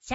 シ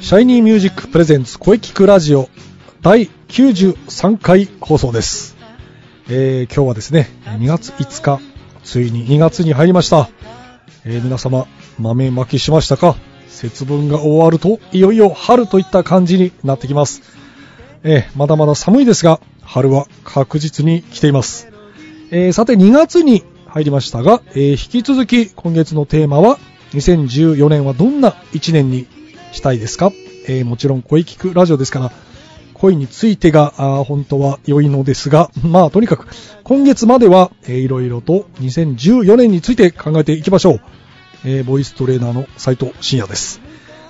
シャイニーミュージックプレゼンツ声聞くラジオ第93回放送です、えー今日はですね2月5日ついに2月に入りました、えー皆様豆まきしましたか節分が終わるといよいよ春といった感じになってきます、えーまだまだ寒いですが春は確実に来ています、えーさて2月に入りましたが、えー引き続き今月のテーマは2014年はどんな1年にしたいですか、えーもちろん声聞くラジオですから恋についてがあー本当は良いのですがまあとにかく今月までは、えーいろいろと2014年について考えていきましょう、えーボイストレーナーの斉藤真也です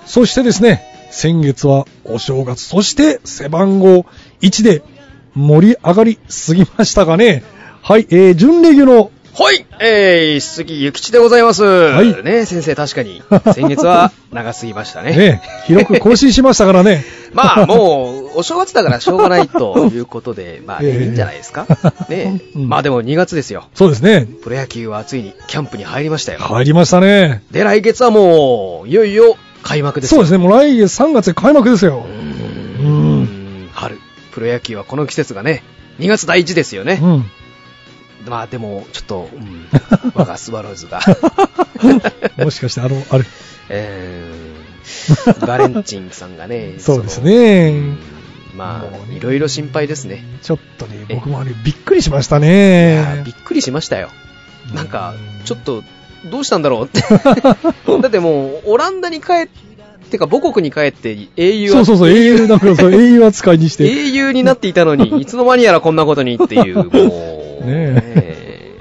そしてですね先月はお正月そして背番号1で盛り上がりすぎましたかねはい、えー、準レギュのはい、えー、杉ゆきちでございます。はいね先生、確か に、先月は長すぎましたね。ね記録更新しましたから ねまあ、もう、お正月だからしょうがな いということで、まあ、いええいんじゃないですか。ねうんまあでも2月ですよ。そうですねプロ野球はついにキャンプに入りましたよ。入りましたねで、来月はもう、いよいよ開幕ですそうよ。ですね、もう来月3月で開幕ですよ。ううんん春、プロ野球はこの季節がね、2月第一ですよね。うん。まあでも、ちょっと、 うん、我がスワローズが。もしかして、あの、 あれ、えーバレンチンさんがね、 そうですその。ね。まもうあ、ねいろいろ心配ですね。ちょっとね、え僕もあれ、びっくりしましたいやーねび。っくりしましたよ。うんなんか、ちょっと、どうしたんだろ うって。だってもう、オランダに帰ってか、母国に帰って英雄そうそうそう、英雄、なんかそう、英雄扱いにして。英雄になっていた のに、いつの間にやらこんなことにっていう、もう、ね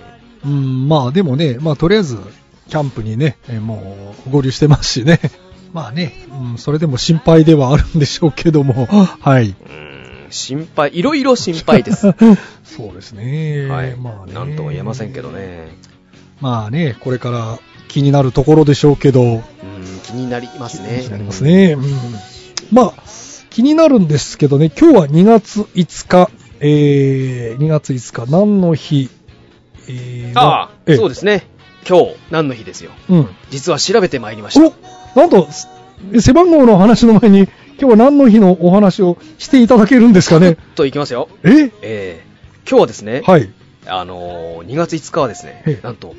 うん、まあでもね、まあとりあえず、キャンプにね、えもう、合流してますしね。 まあね、うん、それでも心配ではあるんでしょうけども、はい。うーん心配、いろいろ心 配です。はそうですね。い。まあね。なんとも言えませんけど。ね。まあね、これから気になるところでしょうけど、うん、気になりますね。気になりますね。うん。まあ、気になるんですけどね、今日は2月5日、えー、2月5日、何の日、えー。ああ、そうですすね。今日、何の日ですよ。うん。実は調べてまいりました。おなんと、すえ背番号の話の前に、今日は何の日のお話をしていただけるんですかね。といきますよ。え えー、今日はですね、はい。あのー、2月5日はですえね、えなんと、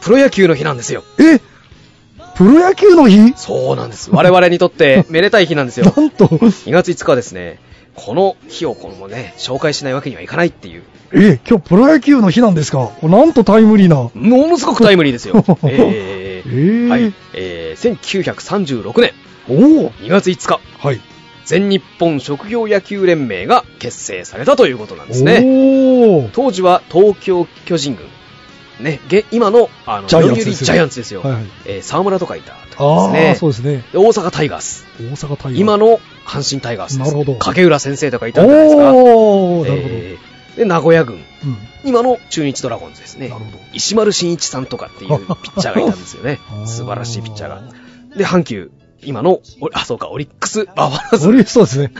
プロ野球の日なんですよ。えプロ野球の日そうなんです。我々にと って、めでたい日なんですよ。なんと、 2月5日はですね、この日をこのね、紹介しないわけにはいかないっていう、え、今日プロ野球の日なんですかおなんとタイムリーな。。ものすごくタイムリーですよ ええーーはい、えー、1936年おお2月5日、はい。全日本職業野球連盟が結成されたということなんですね。おお当時は東京巨人軍、ね、げ今のあのジャイアンツ読売ですよジャイアンツですよ、はいはいえー沢村とかいたあとかあ、ですそねうですね。で大阪タイガース、大阪タイガース。今の阪神タイガースです、なるほど影浦先生とかいたんじゃないですか、おおーなるほど。えーで名古屋軍、うん。今の中日ドラゴンズですねなるほど、石丸真一さんとかっていうピッチャーがいたんですよね あー、素晴らしいピッチャーが。で、阪急、今の、おあ、そうか、オリッ クス・バファローズそれそう ですね。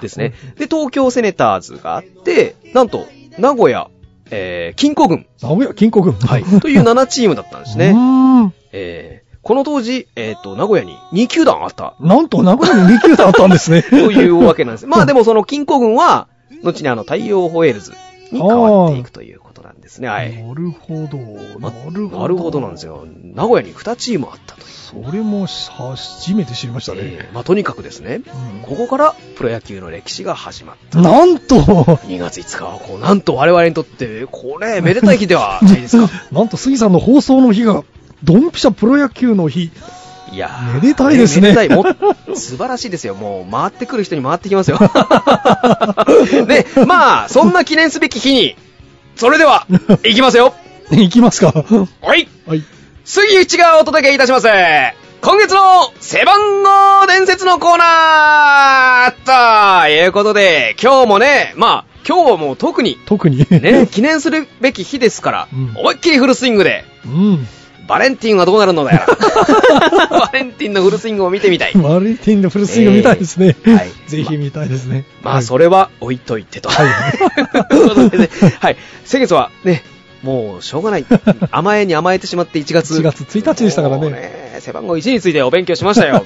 ですね。で、東京セネターズがあって、なんと、名古屋、えー、金庫軍、名古屋金庫軍。はい、うという7チームだったんですーね。ん。えー、この当時、えっ、と、名古屋に2球団あった、なんと名古屋に2球団あったんですね。というわけな んです。まあでもその金庫軍は、後にあの、太陽ホエールズに変わっていくということなんですね。はい。なるほど。まなるほど。なるほどなんです。よ。名古屋に2チームあったという。それも初めて知りましたえね。ーまあとにかくですね、うんここからプロ野球の歴史が始まった。なんと、 2月5日はこう、なんと我々にとって、これ、めでたい日ではないですか。なんと杉さんの放送の日が、ドンピシャプロ野球の日。 いやめでたいですねめでたい。もう素晴らしいですよ。もう、回ってくる人に回ってきますよ。 で、まあ、そんな記念すべき日に、それでは、いきますよ。いきますか。はいはい。杉内がお届けいたします今月の背番号伝説のコーナーということで、今日もね、まあ、今日はもう特に、特に。 ね、記念するべき日ですから、うん思いっきりフルスイングで、うん。バレンティンはどうなるのだ よ。バレンティンのフルスイングを見てみたい。マルティンのフルスイング見たいですね。えーはい ぜひ見たいですね。まあ、それ。れは置いといてと。はい ということでね、はい。先月はね、もうしょうがない。甘えに甘えてしまって1月。 1月1日でしたからねもうね、背番号1についてお勉強しまし たよ。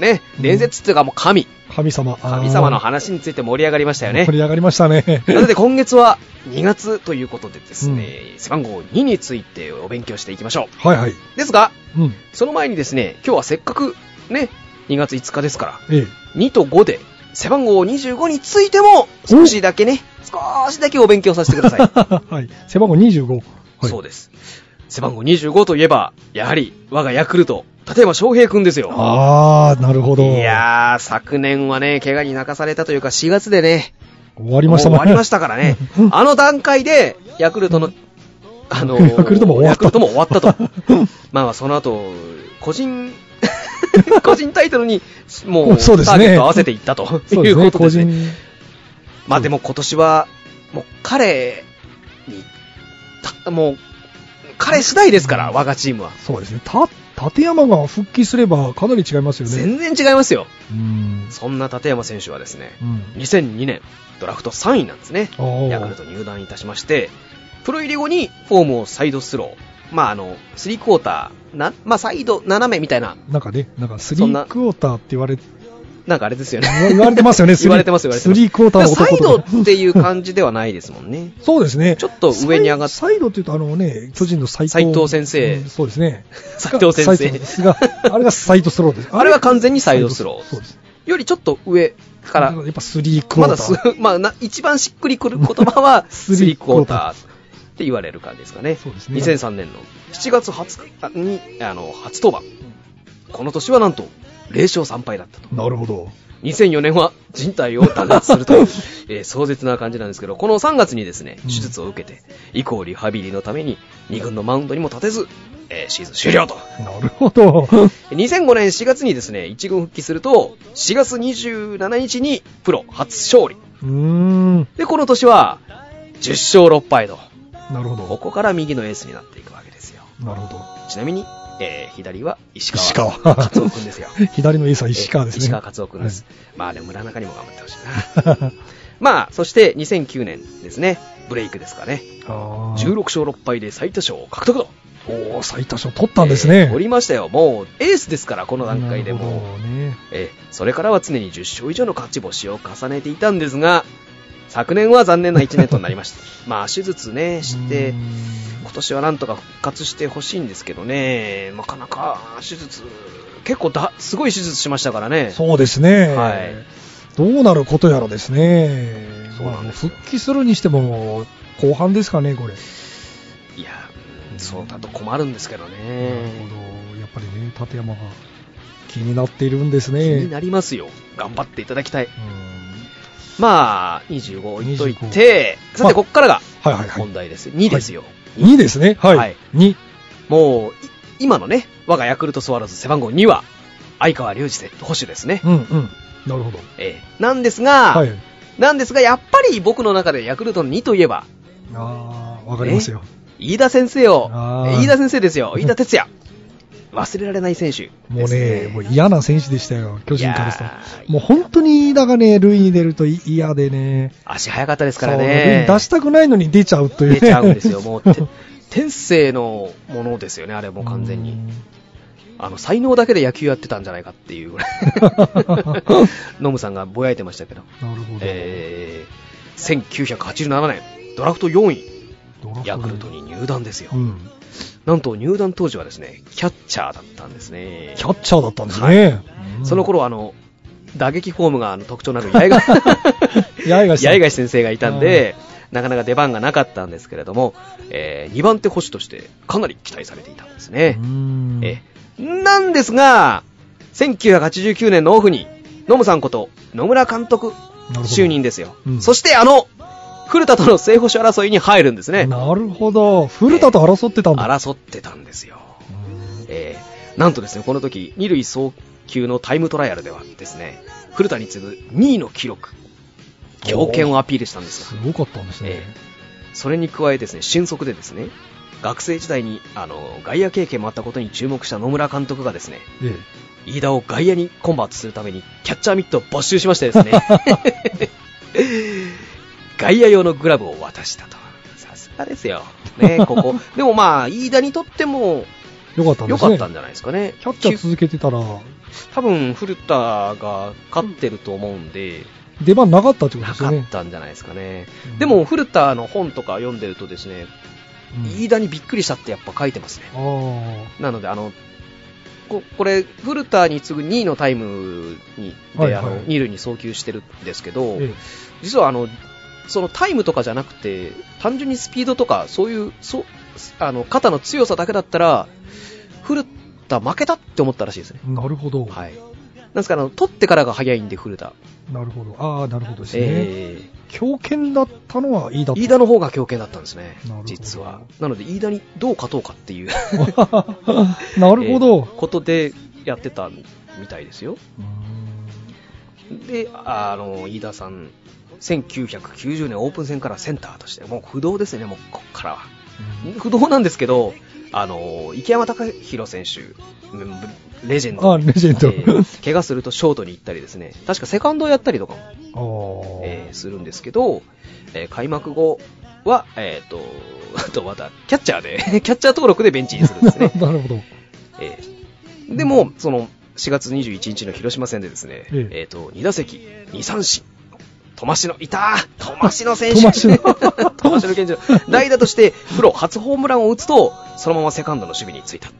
ね、伝説っていうかもう神。神様。あー神様の話について盛り上がりましたよね盛。り上がりました ね。なので今月は2月ということでですね、背番号2についてお勉強していきましょはいはい。う。ですが、うん。その前にですね、今日はせっかくね、2月5日ですから、ええ。 2と5で、背番号25についても、少しだけね、少しだけお勉強させてください。 はい。背番号25。はい、そうです。背番号25といえば、やはり、我がヤクルト、立山翔平くんですよ。ああ、なるほいど。やー、昨年はね、怪我に泣かされたというか、4月でね、終わりましたね。もう終わりましたか らねう、んあの段階で、ヤクルトの、あのー ヤクルトも終わったヤクルトも終わった と。まあまあ、その後、個人、 個人タイトルに、もう、タそうですねーゲットを合わせていったとそうでいうすこね、と個ですね人。。まあでも今年は、もう彼に、たもう、彼次第ですから、我がチームは。そうですね。た、立山が復帰すればかなり違いますよね。全然違いますよ。うん。そんな立山選手はですね、うん。 2002年、ドラフト3位なんですね。おーヤクルトに入団いたしまして、プロ入り後にフォームをサイドスロー、まああの、スリークォーター、な、まあサイド斜めみたいな、なんかね、なんかスリそんなークォーターって言われ、なんかあれですよね。言われて ますよね、スリー言われてます、言われてます。スリークォーターのサイ男ドとかっていう感じではないですもんね。そうですね。ちょっと上に上がっサイサイドっていうと、あのね、巨人の斎藤斉藤先生うんそうですね。斉藤先生斉藤ですが、あれがサイドスローです。 あれは完全にサイドスローそうです。よりちょっと上からやっぱスリークォータまだー。す、 まあな、一番しっくりくる言葉は、ススリリーーククォォーータターーって言われる感じですかね。そうですね2003年の7月20日に、あの、初登板。この年はなんと、0勝3敗だったと。なるほど。 2004年は人体を弾圧すると いう、えー壮絶な感じなんですけど、この3月にですね、う手ん術を受けて、以降リハビリのために2軍のマウンドにも立てず、えーシーズン終了と。なるほ ど。 2005年4月にですね、1軍復帰すると、4月27日にプロ初勝利。うーん。なで、この年は、10勝6敗と、るほこど。こから右のエースになっていくわけですよ。なるほど。ちなみに、えー左は石川。石川勝夫くんですよ。左のエースは 石川ですね。えー石川勝夫くんです。まあね、村中にも頑張ってほしいな。 まあ、そして2009年ですね、ブレイクですかね。はい。16 16勝6敗で最多勝を獲得と。おー、最多勝取ったんですね。えー取りましたよ。もう、エースですから、この段階でなるもうほどね。えーそれからは常に10勝以上の勝ち星を重ねていたんですが、昨年は残念な1年となりました。 まあ、手術ね、してうー、ん今年はなんとか復活してほしいんですけどね、なかなか手術、結構だ、すごい手術しましたからね。そうですね。はいどうなることやらですね。そうなんですよまあ復帰するにしても、後半ですかね、これ。いや、うんそうだと困るんですけどなるほね。ど。やっぱりね、立山が気になっているんですね。気にうなりますよ。頑張っていただきたい。んまあ、25置いといて、さて、こっからがはいはいはい本。題です。2ですよ。 2ですね。ははいい。2。もう、い今のね、我がヤクルトスワローズ背番号2は、相川隆二捕手ですね。うんうん。なるほど。ええなんですが、はい。なんですが、やっぱり僕の中でヤクルトの2といえば、ああ、わかりますよ。飯田先生をあ、ー飯田先生ですよ、飯田哲也。忘れられない選手もうでね、すもう嫌な選手でしたよ、巨人からしいたやら。もう本当に飯田がね、塁に出るとい嫌でね。足早かったですからそうね。塁に出したくないのに出ちゃうというね。出ちゃうんです よ。もうて、天性のものですよね、あれもう完全うに。んあの、才能だけで野球やってたんじゃないかって いうぐらい。ノムさんがぼやいてましたけど。なるほど。えー、1987年、ドラフト4位、ドラフトでヤクルト。に入団ですよう。ん。なんと入団当時はですね、キャッチャーだったんですねキ。ャッチャーだったんですね。うんその、頃、あの、打撃フォームがあの特徴のある八重樫 八重樫八重樫先生がいたんで、なかなか出番がなかったんですけれども、え2番手捕手としてかなり期待されていたんですね。うんえーなんですが、1989年のオフに、野ムさんこと野村監督なるほど就任ですよ。うんそしてあの、古田との正捕手争いに入るんですね。なるほど。古田と争ってたんだ。争ってたんですよ。えーなんとですね、この時、二塁送球のタイムトライアルではですね、古田に次ぐ2位の記録、強肩をアピールしたんですすが、ごかったんですね。えーそれに加えですね、俊足でですね、学生時代にあの外野経験もあったことに注目した野村監督がですね、え飯田を外野にコンバートするためにキャッチャーミットを没収しまして ですね外野用のグラブを渡したとさすがですよ、ね、こ こでもまあ飯田にとってもえよかったんで良すかね。ったんじゃないですかねキャッチャー続けてたら、多分古田が勝ってると思うんで、出番なかったってことなですよかっね。たんじゃないですかね、うんでも、古田の本とか読んでるとですね、うん飯田にびっくりしたってやっぱ書いてますねあーなので、あの、ここれ、古田に次ぐ2位のタイムに、で、はいはいあの、2塁に送球してるんですけど、え実はあの、そのタイムとかじゃなくて、単純にスピードとか、そういう、そう、あの、肩の強さだけだったら、古田負けたって思ったらしいですね。えなるほど。はい。なんですから、あの取ってからが早いんで、古田。なるほど。ああ、なるほどですね。え強肩だったのはいいだえった。飯田の方が強肩だったんですねなるほ、ど実は。なので、飯田にどう勝とうかっていう、 なるほど。ことでやってたみたいですよ。うーんで、あの、飯田さん、1990年オープン戦からセンターとして、もう不動ですね、もうこっからは。不動なんですけど、あの、池山隆弘選手、レジェンド。あ、レジェンド。えー怪我するとショートに行ったりですね、確かセカンドをやったりとかも、ああ、。えーするんですけど、えー開幕後は、えっ、と、 あとまた、キャッチャーで、キャッチャー登録でベンチにするんですねなるほど。えーでも、その、4月21日の広島戦でですね、ええっ、と、2打席、2三振。トマシノ、いたートマシノ選手トマシノ トマシノ健次郎代打として、プロ初ホームランを打つと、そのままセカンドの守備についた。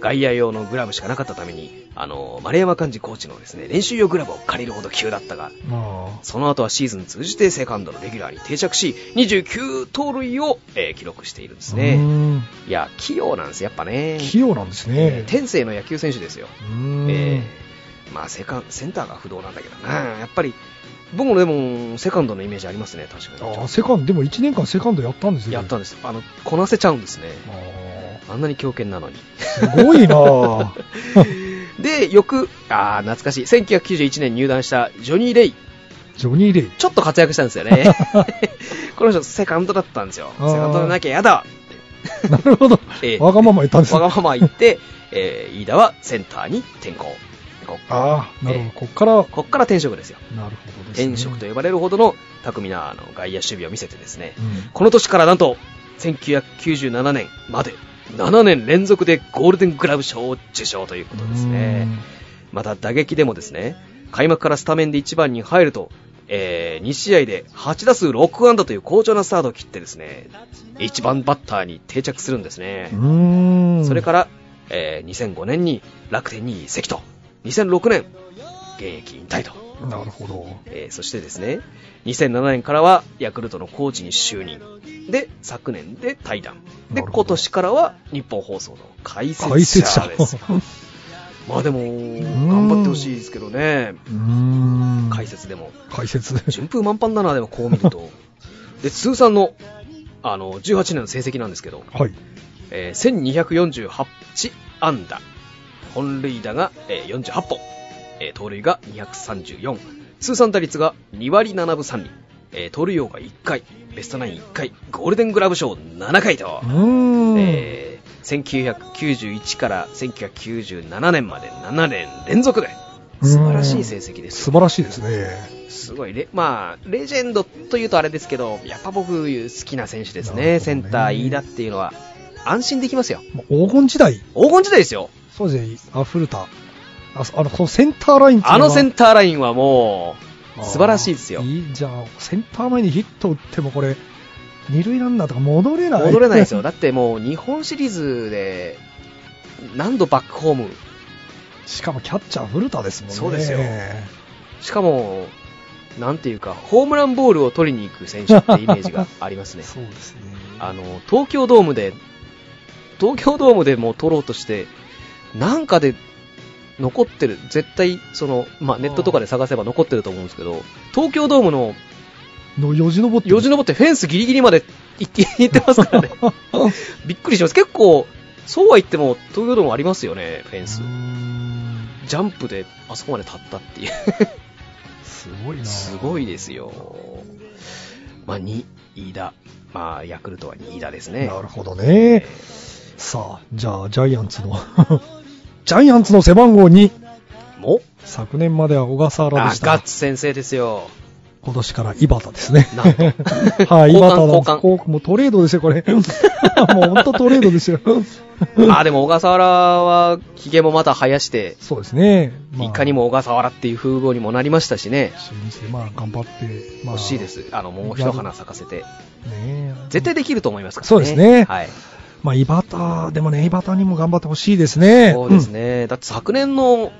外野用のグラブしかなかったために、あの、丸山幹事コーチのですね、練習用グラブを借りるほど急だったが、まあ、その後はシーズン通じてセカンドのレギュラーに定着し、29盗塁を、えー記録しているんですうね。ーんいや、器用なんです、やっぱね。器用なんですね。天性の野球選手ですよ。うーんえーまあセカン、センターが不動なんだけどな、やっぱり、僕もでも、セカンドのイメージありますね、確かに。あーセカンド、でも1年間セカンドやったんですよね。やったんです。あの、こなせちゃうんですね。ああんなに強肩なのに。 ーすごいなあで、翌、あー懐かしい。1991年入団したジョニー・レイ。ジョニー・レイ。ちょっと活躍したんです よね。この人、セカンドだったんですよ。セあーカンドでなきゃ やだなる ほど。ええわがまま言ったんですわがあまま言って、えー飯田はセンターに転向。こあー、なるええほど。こっから、なるこっから転職ですよ。ほどですね。転職と呼ばれるほどの巧みなあの外野守備を見せてですね、うんこの年からなんと、1997年まで7年連続でゴールデングラブ賞を受賞ということですね。また打撃でもですね、開幕からスタメンで1番に入ると、え2試合で8打数6安打という好調なスタートを切ってですね、1番バッターに定着するんですねう。ーん。それから、えー2005年に楽天に移籍と、2006年、現役引退と。ら、なるほど。えーそしてですね、2007年からはヤクルトのコーチに就任。で、昨年で対談。なで、るほど今年からは日本放送の解解説説者。者ですよ。う まあでも、頑張ってほしいですけどね。ーん。解説でも。解説。順風満帆だな、でもこう 見ると。で、通算の、あの、18年の成績なんですけど、はい。えー1248安打。本塁打が、えー48本。えー盗塁が234。通算打率が2割7分3厘。えー盗塁王が1回。ベストナイン1回。ゴールデングラブ賞7回とう。ーん。えー1991から1997年まで7年連続で。素晴らしい成績です素晴よ。らしいですね。すごいね。まあ、レジェンドというとあれですけど、やっぱ僕好きな選手ですなるほどね。ねセンター、飯田っていうのは。安心できますよ。まあ黄金時代、黄金時代ですよ。 そうですね、あ、古田。あ、そあの、このセンターラインっていうあはのセンターラインはもう、素晴らしいですよあ。ーいいじゃあ、センター前にヒット打ってもこれ、二塁ランナーとか戻れない。戻れな いですよ。しだってもう日本シリーズで何度バックホーム、かもキャッチャー古田ですもんね。そうですよしかも、なんていうか、ホームランボールを取りに行く選手ってイメージがあります ね。そうですね。あの、東京ドームで、東京ドームでもう取ろうとして、なんかで残ってる、絶対、その、まあ、ネットとかで探せば残ってると思うんですけど、東京ドームののよじ登ってるよじ登ってフェンスギリギリまで行って 行ってますか らね。びっくりします。結構、そうは言っても、東京ドームありますよね、フェンスうー。んジャンプであそこまで立ったっていう。すごいなすごいですよ。まあ、2位だ。まあ、ヤクルトは2位だですね。なるほどね。さあ、じゃあ、ジャイアンツの、 ジャイアンツの背番号2。も昨年までは小笠原あでし、たが。ガッツ先生ですよ。今年から井端ですね。なんとはい、井交端な換んです交換こうもうトレードですよ、これ。も う本当トレードですよ。あ、でも小笠原は、ヒゲもまた生やして、そうですね。まあいかに。も小笠原っていう風貌にもなりましたしね。新日で、まあ、頑張って、まあ、欲しいで。す。あの、もう一花咲かせて。ねえ絶対できると思いますからね。そうですねはい。まあ、井端、でもね、井端にも頑張ってほしいですね。そうですね。だって昨年の、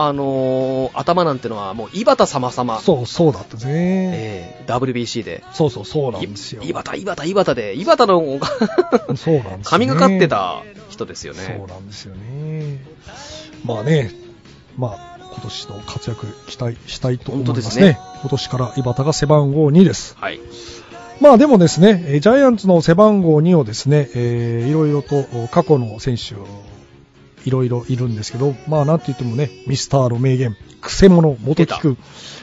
あのー頭なんてのはもう、井端様うん様。そう、そうだったですね。えー WBC で。そうそう、そうなんですよ。い井端、井端、井端で、井端のおが そうなんですね神がかってた人ですよねそう。なんですよね。まあね、まあ、今年の活躍期待したいと思いま本す当ですね。ね今年から井端が背番号2です。はい。まあでもですね、えージャイアンツの背番号2をですね、えーいろいろとお過去の選手、いろいろいるんですけど、まあなんて言ってもね、ミスターの名言、クセモノ、元木くん。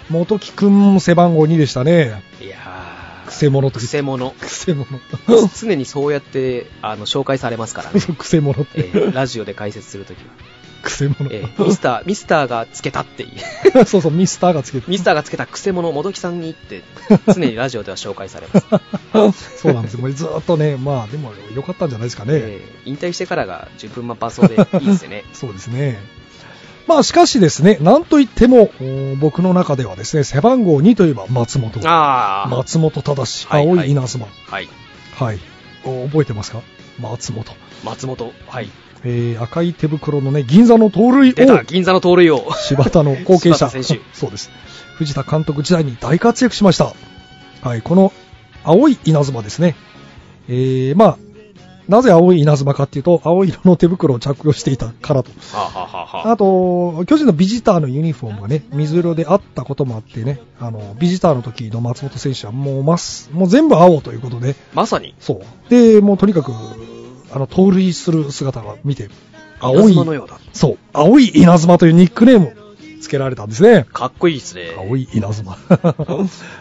元木くんも背番号2でしたね。いやー。クセモノとく言ってせ者。クセ モノ。常にそうやって、あの、紹介されます からね。クセモノっえて。ーラジオで解説するときは。クセモノ。えーミスター、ミスターがつけたってい う。 そうそう、ミスターがつけてミスターがつけたくせ者、もどきさんにって、常にラジオでは紹介されます。そうなんですよ。もうずーっと ね、まあ、でも良かったんじゃないですかね。。えー引退してからが十分間パソでいいですよねそうですね。まあ、しかしですね、なんといっても、おー僕の中ではですね、背番号2といえば松本。 ああ、松本忠、はい青い稲妻。はい。はい。お覚えてますか松本。松本、はい。えー、赤い手袋のね、銀座の盗塁出た、王。銀座の盗塁王。柴田の後継者。柴田選手 そうです。藤田監督時代に大活躍しました。はい、この青い稲妻ですね。えー、まあ、なぜ青い稲妻かっていうと、青色の手袋を着用していたからと。はあ、はあはあはあと、巨人のビジターのユニフォームがね、水色であったこともあってね、あの、ビジターの時の松本選手はもうます、もう全部青ということで、まさに、そう。で、もうとにかく、あの、盗塁する姿が見て、青稲い妻、のようだ。そう、青い稲妻というニックネームをつけられたんですね。かっこいいですね。青い稲 妻。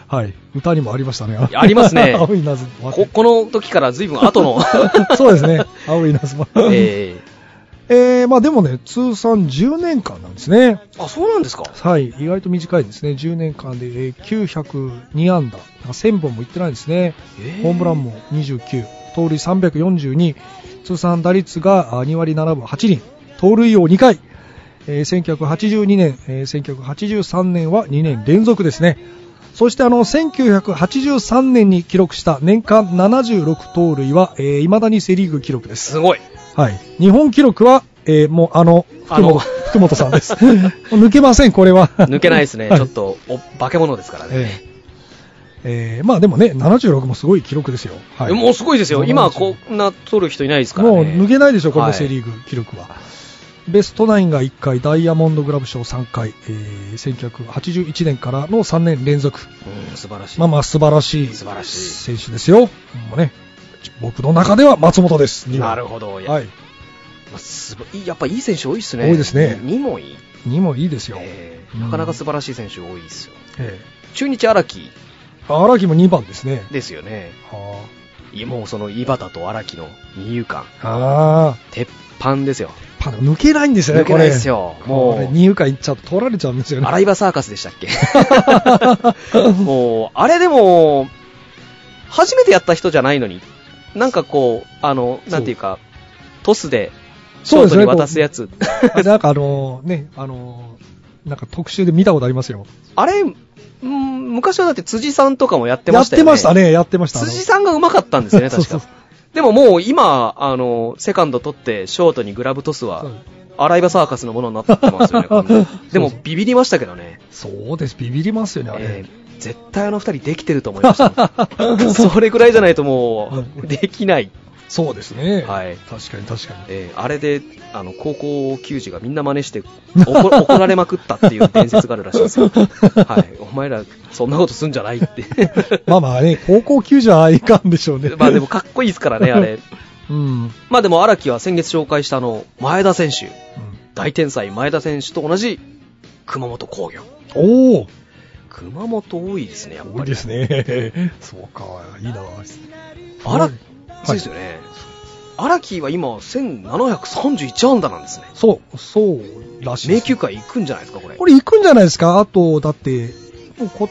はい。歌にもありましたね。やありますね 青い稲妻。こ、この時から随分後の、 そうですね。青い稲妻。え えーまあでもね、通算10年間なんですね。ー、あ、そうなんですか。はい、意外と短いですね、10年間でえー902安打、1000本もいってないんですね、えーホームランも29、盗塁342、通算打率があ2割7分8厘、盗塁王2回、えー1982年、えー1983年は2年連続ですね。そしてあの1983年に記録した年間76盗塁は、えー、未だにセ・リーグ記録ですす。ごい。はい。日本記録は、えーもうあの、あ福の本、福本さんです。 もう抜けません、これは。抜けないですね。はいちょっと、お、化け物ですからね。えええーまあでもね、76もすごい記録ですよ。はい。もうすごいですよ。そう今なんはですよこんな取る人いないですからね。もう抜けないでしょ、こはのいセ・リーグ記録は。ベストナインが1回、ダイヤモンドグラブ賞3回、えー、1981年からの3年連続。うん素晴らしい。まあまあ素晴らしい素晴らしい選手ですよ。もうね、僕の中では松本です。にはなるほど。いやはい。まあすごいやっぱいい選手多いですね。多いですね2もいい。にもいいですよ。えうーんなかなか素晴らしい選手多いですよ。え中日荒木え荒木も2番ですね。ですよね。はあいやもうその井端と荒木の二遊間。あ鉄板ですよ。あ、パン抜けないんですよね、抜けないですよ。よ。もう、も二遊間行っちゃうと取られちゃうんですよう、ね。洗い場サーカスでしたっけ もう、あれでも、初めてやった人じゃないのに、なんかこう、あの、なんていうか、トスで、シそうョですートねに渡すやつ。 なんかあのー、ね、あのー、なんか特集で見たことありますよ。 あれ、うん昔はだって辻さんとかもやってやまっしたよてね。ましたね、やってました。あの辻さんが上手かったんですよね、そう確そうか。でももう今、あの、セカンド取って、ショートにグラブトスはそう、洗い場サーカスのものになってま すよね完全に。でもそうそうビビりましたけどね。そうです、ビビりますよね、あれ。えー絶 対あの二人できてると思いました。それぐらいじゃないともうう、できない。そうですね。はい確かに確かに。えーあれであの高校球児がみんな真似して 怒怒られまくったっていう伝説があるらしいですよ、はい、お前らそんなことすんじゃないって まあまあね、高校球児はいかんでしょうね。まあでもかっこいいですからね、あれ うん。うん。まあでも荒木は先月紹介したあの前田選手大天才前田選手と同じ熊本工業おお熊本多いですねやっ多ぱいりですね。 そうか、いいな。荒はい木そうですよね荒木は今1731安打なんですねそう、そうらしいで迷す。宮界行くんじゃないですかこれこれ行くんじゃないですかあと、だって、もうこ、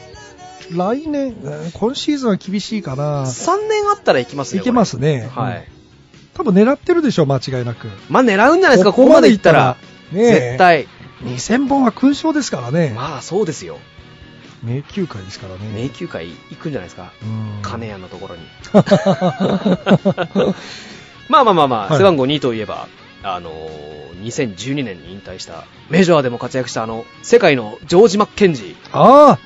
来年、うん今シーズンは厳しいかな。 3年あったら行きますね行けますね。これはい、多分狙ってるでしょ、間違いなく。まあ狙うんじゃないですか、ここまでいったら。ここまで行ったらねえ絶対。 2000本は勲章ですからね。まあそうですよ。迷宮会ですからね。迷宮界行くんじゃないですか。うん金谷のところに。まあまあまあまあ、はい背番号2といえば、あのー2012年に引退した、メジャーでも活躍したあの、世界のジョージ・マッケンジー。 ああ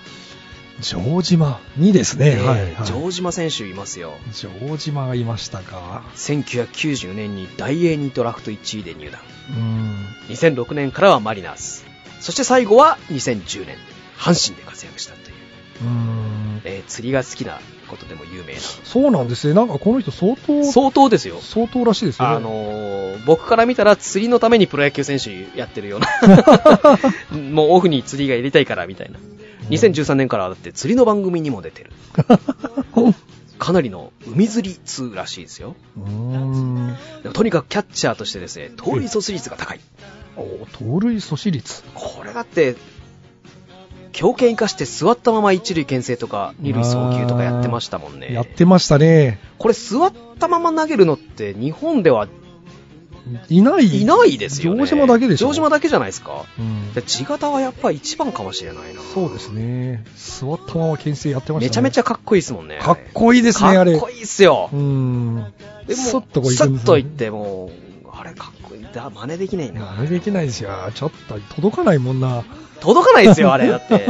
城島にですね。はい、はい。ジョージマ選手いますよ。城島がいましたか。 1990年に大英にドラフト1位で入団。うん。 2006年からはマリナーズ。そして最後は2010年、阪神で活躍したという、うん。えー釣りが好きなことでも有名な。そうなんですね。なんかこの人相当、相当ですよ。相当らしいですよね。あのー僕から見たら釣りのためにプロ野球選手やってるような。 もうオフに釣りが入れたいからみたいな。2013年からはだって釣りの番組にも出てる。かなりの海釣り通らしいですよ。うん。でもとにかくキャッチャーとしてですね、盗塁阻止率が高い。お盗塁阻止率。これだって、強肩生かして座ったまま一塁牽制とか二塁送球とかやってましたもんね。やってましたね。これ座ったまま投げるのって日本ではいない。いないですよね。城島だけでしょ。城島だけじゃないですか。うんで地形はやっぱ一番かもしれないな。そうですね。座ったまま牽制やってましたね。めちゃめちゃかっこいいですもんね。かっこいいですね、あれ。かっこいいっすよう。ん。でもスッとこうス行くんでッすよとね行って、もう、あれかっこいい。だ、真似できないな。真似できないですよ。ちょっと届かないもんな。届かないですよ、あれ。だ って。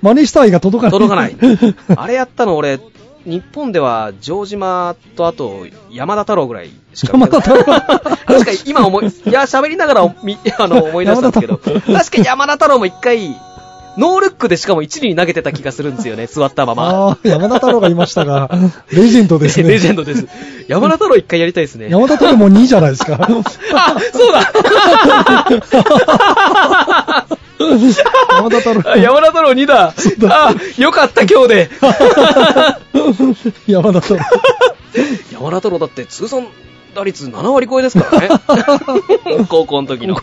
真似したいが届かない。届かない。あれやったの俺、日本では城島とあと山田太郎ぐらいしか見たことない。 確かに今思い、いや、喋りながらみあの思い出したんですけど、山田確かに山田太郎も一回、ノールックでしかも一塁に投げてた気がするんですよね、座ったまま。ああ、山田太郎がいましたが、レジェンドですね。 レジェンドです。山田太郎一回やりたいですね。山田太郎も2位じゃないですか。あ、そうだ山田太郎。あ山田太郎2だ。あ、よかった今日で。 山田太郎。山田太郎だって通算打率7割超えで すからね。高校の時の。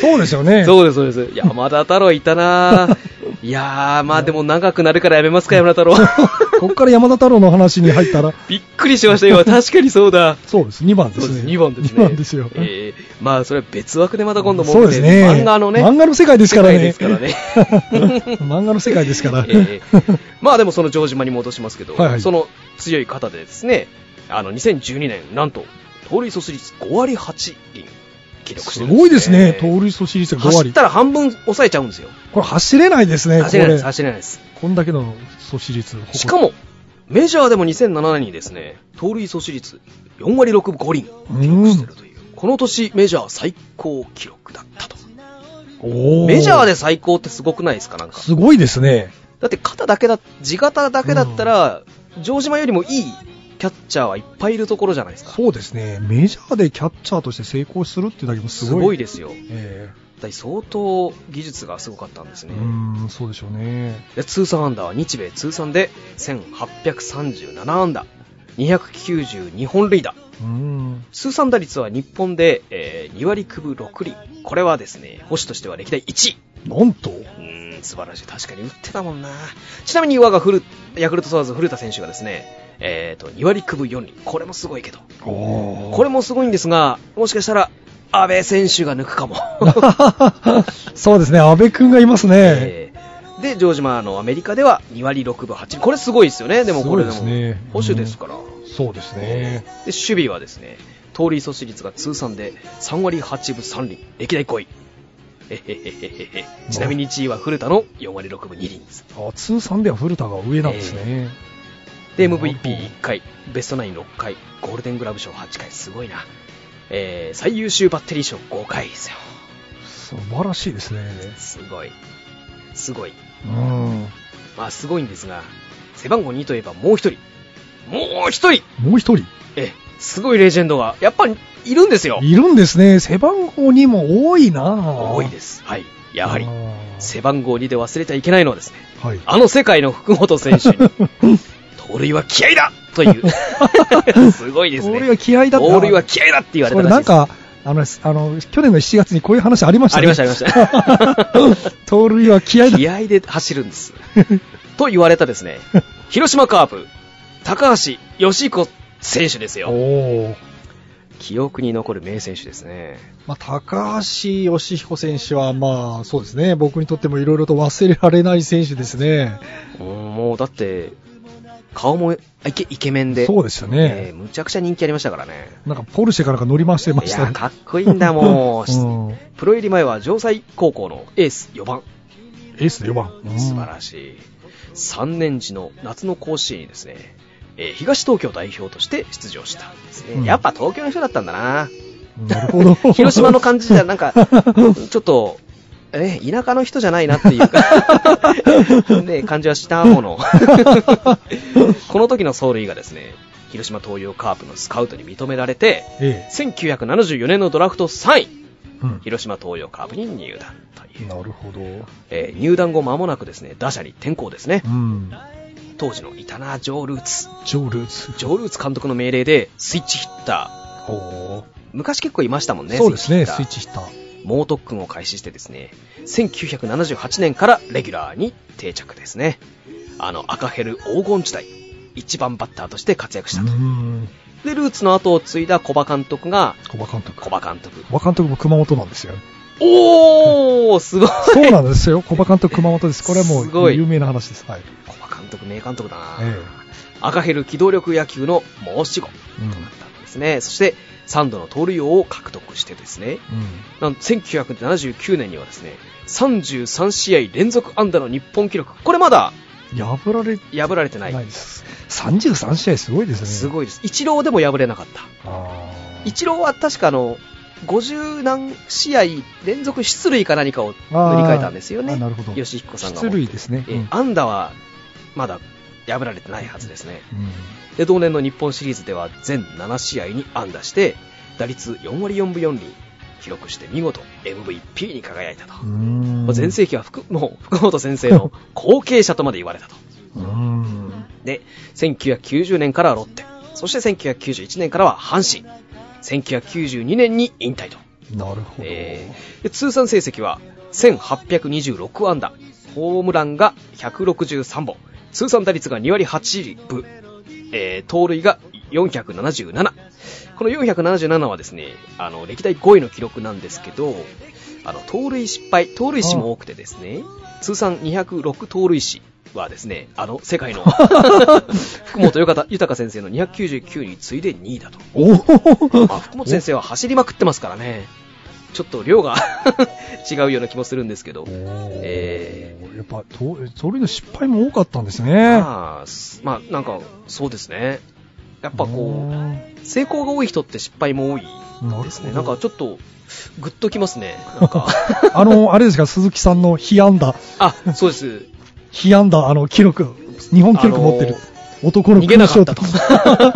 そうですよね。そうです、そうです。山田太郎いたなぁいやー、まあでも長くなるからやめますか、山田太郎。 こっから山田太郎の話に入ったら、びっくりしました、今。確かにそうだ。そうです、2番でそうですす、ね。 2番です2ね。番ですよ。えー、まあそれは別枠でまた今度もそうですね。漫画のね。漫画の世界ですからね。世界ですから ね漫画の世界ですから。 えーまあでもその城島に戻しますけど、はいはいその強い方でですね、あの2012年、なんと、盗塁阻止率5割8厘、記録してするんごいですね。盗塁阻止率が5走割っ。たら半分抑えちゃうんですよ。これ走れないですね、こ走れないでれす、。走れないです。こんだけの阻止率。ここしかも、メジャーでも2007年にですね、盗塁阻止率4割6分5厘う記録してんる。という、この年メジャー最高記録だったと。お。メジャーです最高ってすごくないですかなんか。すごいですね。だって肩だけだ、地肩だけだったら、城島よりもいいキャッチャーはいっぱいいるところじゃないですか。そうですね。メジャーでキャッチャーとして成功するっていうだけでもすすごい。ごいですよ。えだって相当技術がすごかったんですえね。うーん、そうでしょうね。で通算アンダーは日米通算で1837アンダー、292本塁打。うーん。通算打率は日本で、えー2割9分6厘。これはですね、星としては歴代1位。なんと、うーん、素晴らしい。確かに打ってたもんな。ちなみに我がフル、ヤクルトスワローズ古田選手がですね、えーと、2割9分4厘。これもすごいけど。ここれもすごいんですが、もしかしたら、安倍選手が抜くか も。れ そうですね、安倍くんがいますね。えーで、城島のアメリカでは2割6分8厘。これすごいですよね。でもこれですも、ごいですね保守ですから。そうですでね。守備はですね盗塁阻止率が通算で3割8分3厘歴代5位えへへへへへちなみに1位は古田の4割6分2厘ですあ通算では古田が上なんですね。で、なるほど MVP1 回、ベストナイン6回、ゴールデングラブ賞8回、すごいな。えー最優秀バッテリー賞5回ですよ。素晴らしいですね。すごい。すごい。うん。まあ、すごいんですが、背番号2といえばもう一人。もう一人もう一人、ええ、すごいレジェンドが、やっぱりいるんですよ。いるんですね。背番号にも多いな。多いですす。はい。やはりあ、ー背番号2で忘れちゃいけないのはですね、はい。あの世界の福本 選手に、盗塁は気合だという、すごいです盗ね。塁は気合だった。盗塁は気合だって言われたそられしいなんでか、す。あの、あの、去年の7月にこういう話ありましたあね。りました、ありました。た。 盗塁は気合だ。気合で走るんです。 と言われたですね、広島カープ、高橋義彦選手ですよ。 おお。記憶に残る名選手ですね。まあ、高橋義彦選手は、まあ、そうですね。僕にとってもいろいろと忘れられない選手ですね。うんもうだって、顔もイケイケメンで、そうですよね。えーむちゃくちゃ人気ありましたからね。なんか、ポルシェかなんか乗り回してまいしたや、ね。かっこいいんだも。うんん。エプロ入り前は城西高校のエース4番。ースで4番。素晴らしい。3年時の夏の甲子園にですね、えー東東京代表として出場したんですね。うんやっぱ東京の人だったんだうな。んなるほど。 広島の感じじゃ、なんか、ちょっと、え、田舎の人じゃないなっていうか、ね、感じはしたも の。この時の走塁がですね、広島東洋カープのスカウトに認められて、 え1974年のドラフト3位、え。うん広島東洋カープに入団という、なるほど。うえー入団後間もなくですね、打者に転向ですね。ん。当時のイタナ・ジョー・ルーツ。ジョールーツ。ジョー・ルーツ監督の命令で、スイッチヒッター。お昔結構いましたもんね、そうですね、ヒッタースイッチヒッター。猛特訓を開始してですね、1978年からレギュラーに定着ですね。あの赤ヘル黄金時代、一番バッターとして活躍したうと。ん。で、ルーツの後を継いだ小場監督が、小場監督。小場監督。小場監督も熊本なんですよ。おーすごいそうなんですよ。小場監督熊本です。これはもすごうい有名な話です。はい。小場監督、名監督だな、え赤ヘル機動力野球の申し子だっえ。うん。たんですね。そして、3度の盗塁王を獲得してですね、うなん1979年にはですね、33試合連続安打の日本記録。これまだん。破られ破られてないないです。33試合すごいですね。すい。ごいです。一郎でも破れなかった。あー一郎は確かあの、50何試合連続出塁か何かを塗りあー替えたんですよあねな。るほど。吉彦さんが。出塁ですね。え、アンダはまだ破られてないはずですね。うんで、同年の日本シリーズでは全7試合に安打して、打率4割4分4厘、記録して見事 MVP に輝いたと。うん。全盛期は福もう福本先生の後継者とまで言われたと。うん。で、1990年からはロッテ、そして1991年からは阪神、1992年に引退と。なるほど。えーで通算成績は1826安打、ホームランが163本、通算打率が2割8分、えー盗塁が477。この477はですね、あの、歴代5位の記録なんですけど、あの、盗塁失敗、盗塁死も多くてですね、通算206盗塁死はですね、あの、世 界の福本豊豊先生の299に次いで2位だと。おーあ福本先生は走りまくってますからね、ちょっと量が 違うような気もするんですけどお、ーえやっぱ、と盗塁の失敗も多かったんですね。まあ、すまあ、なんかそうですね、やっぱうこんう、成功が多い人って失敗も多いですね、なんか、ちょっと、ぐっときますね、なん か、あの、あれですか、鈴木さんの被安打、あそうです、被安打、あの、記録、日本記録持ってる、男の逃げなかったと勲章。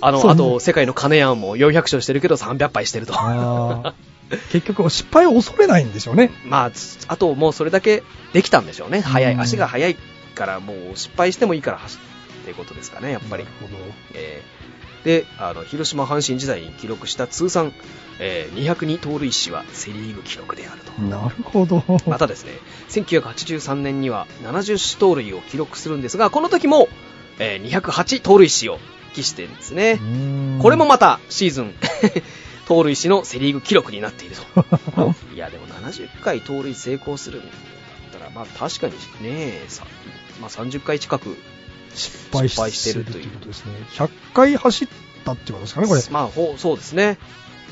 あのそうあと、世界の金やんも400勝してるけど、300敗してると。あー結局、失敗を恐れないんでしょうね。 まあ、つあともうそれだけできたんでしょうね、速い、うん足が速いから、もう失敗してもいいから走っていうことですかね、やっぱりな。るほどえーであの広島・阪神時代に記録した通算、えー202盗塁死はセ・リーグ記録であると。なるほど。またですね、1983年には70種盗塁を記録するんですが、この時も、えー208盗塁死を記してるんですね。これもま、またシーズン 盗塁死のセ・リーグ記録になっていると。いや、でも70回盗塁成功するんだったら、まあ確かにね、さまあ、30回近く、失敗失敗ししててるるとといういうことですね。100回走ったってことですかね、これ。まあほうそうですね。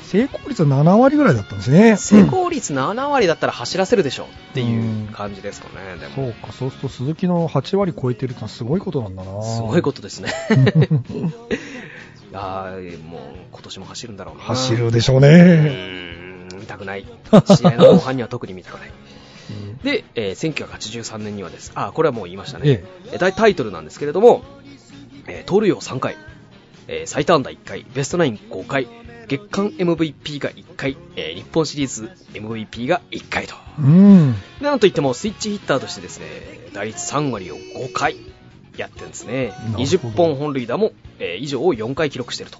成功率は7割ぐらいだったんですね。成功率7割だったら走らせるでしょうっていう感じですかね、でうんそもうか、そうすると鈴木の8割超えてるってのはすごいことなんだな。すごいことですね いやーもう今年も走るんだろうな走るでしょううね。ーん見たくない試合の後半には特に見たく ないで、えー1983年にはです、あこれはもう言いましたね、えー大タイトルなんですけれども、えー盗塁王3回、えー最多安打1回、ベストナイン5回、月間 MVP が1回、えー日本シリーズ MVP が1回と、うん。でなんといってもスイッチヒッターとしてですね打率3割を5回やってるんですなねる、ほど20本本塁打も、えー以上を4回記録してると、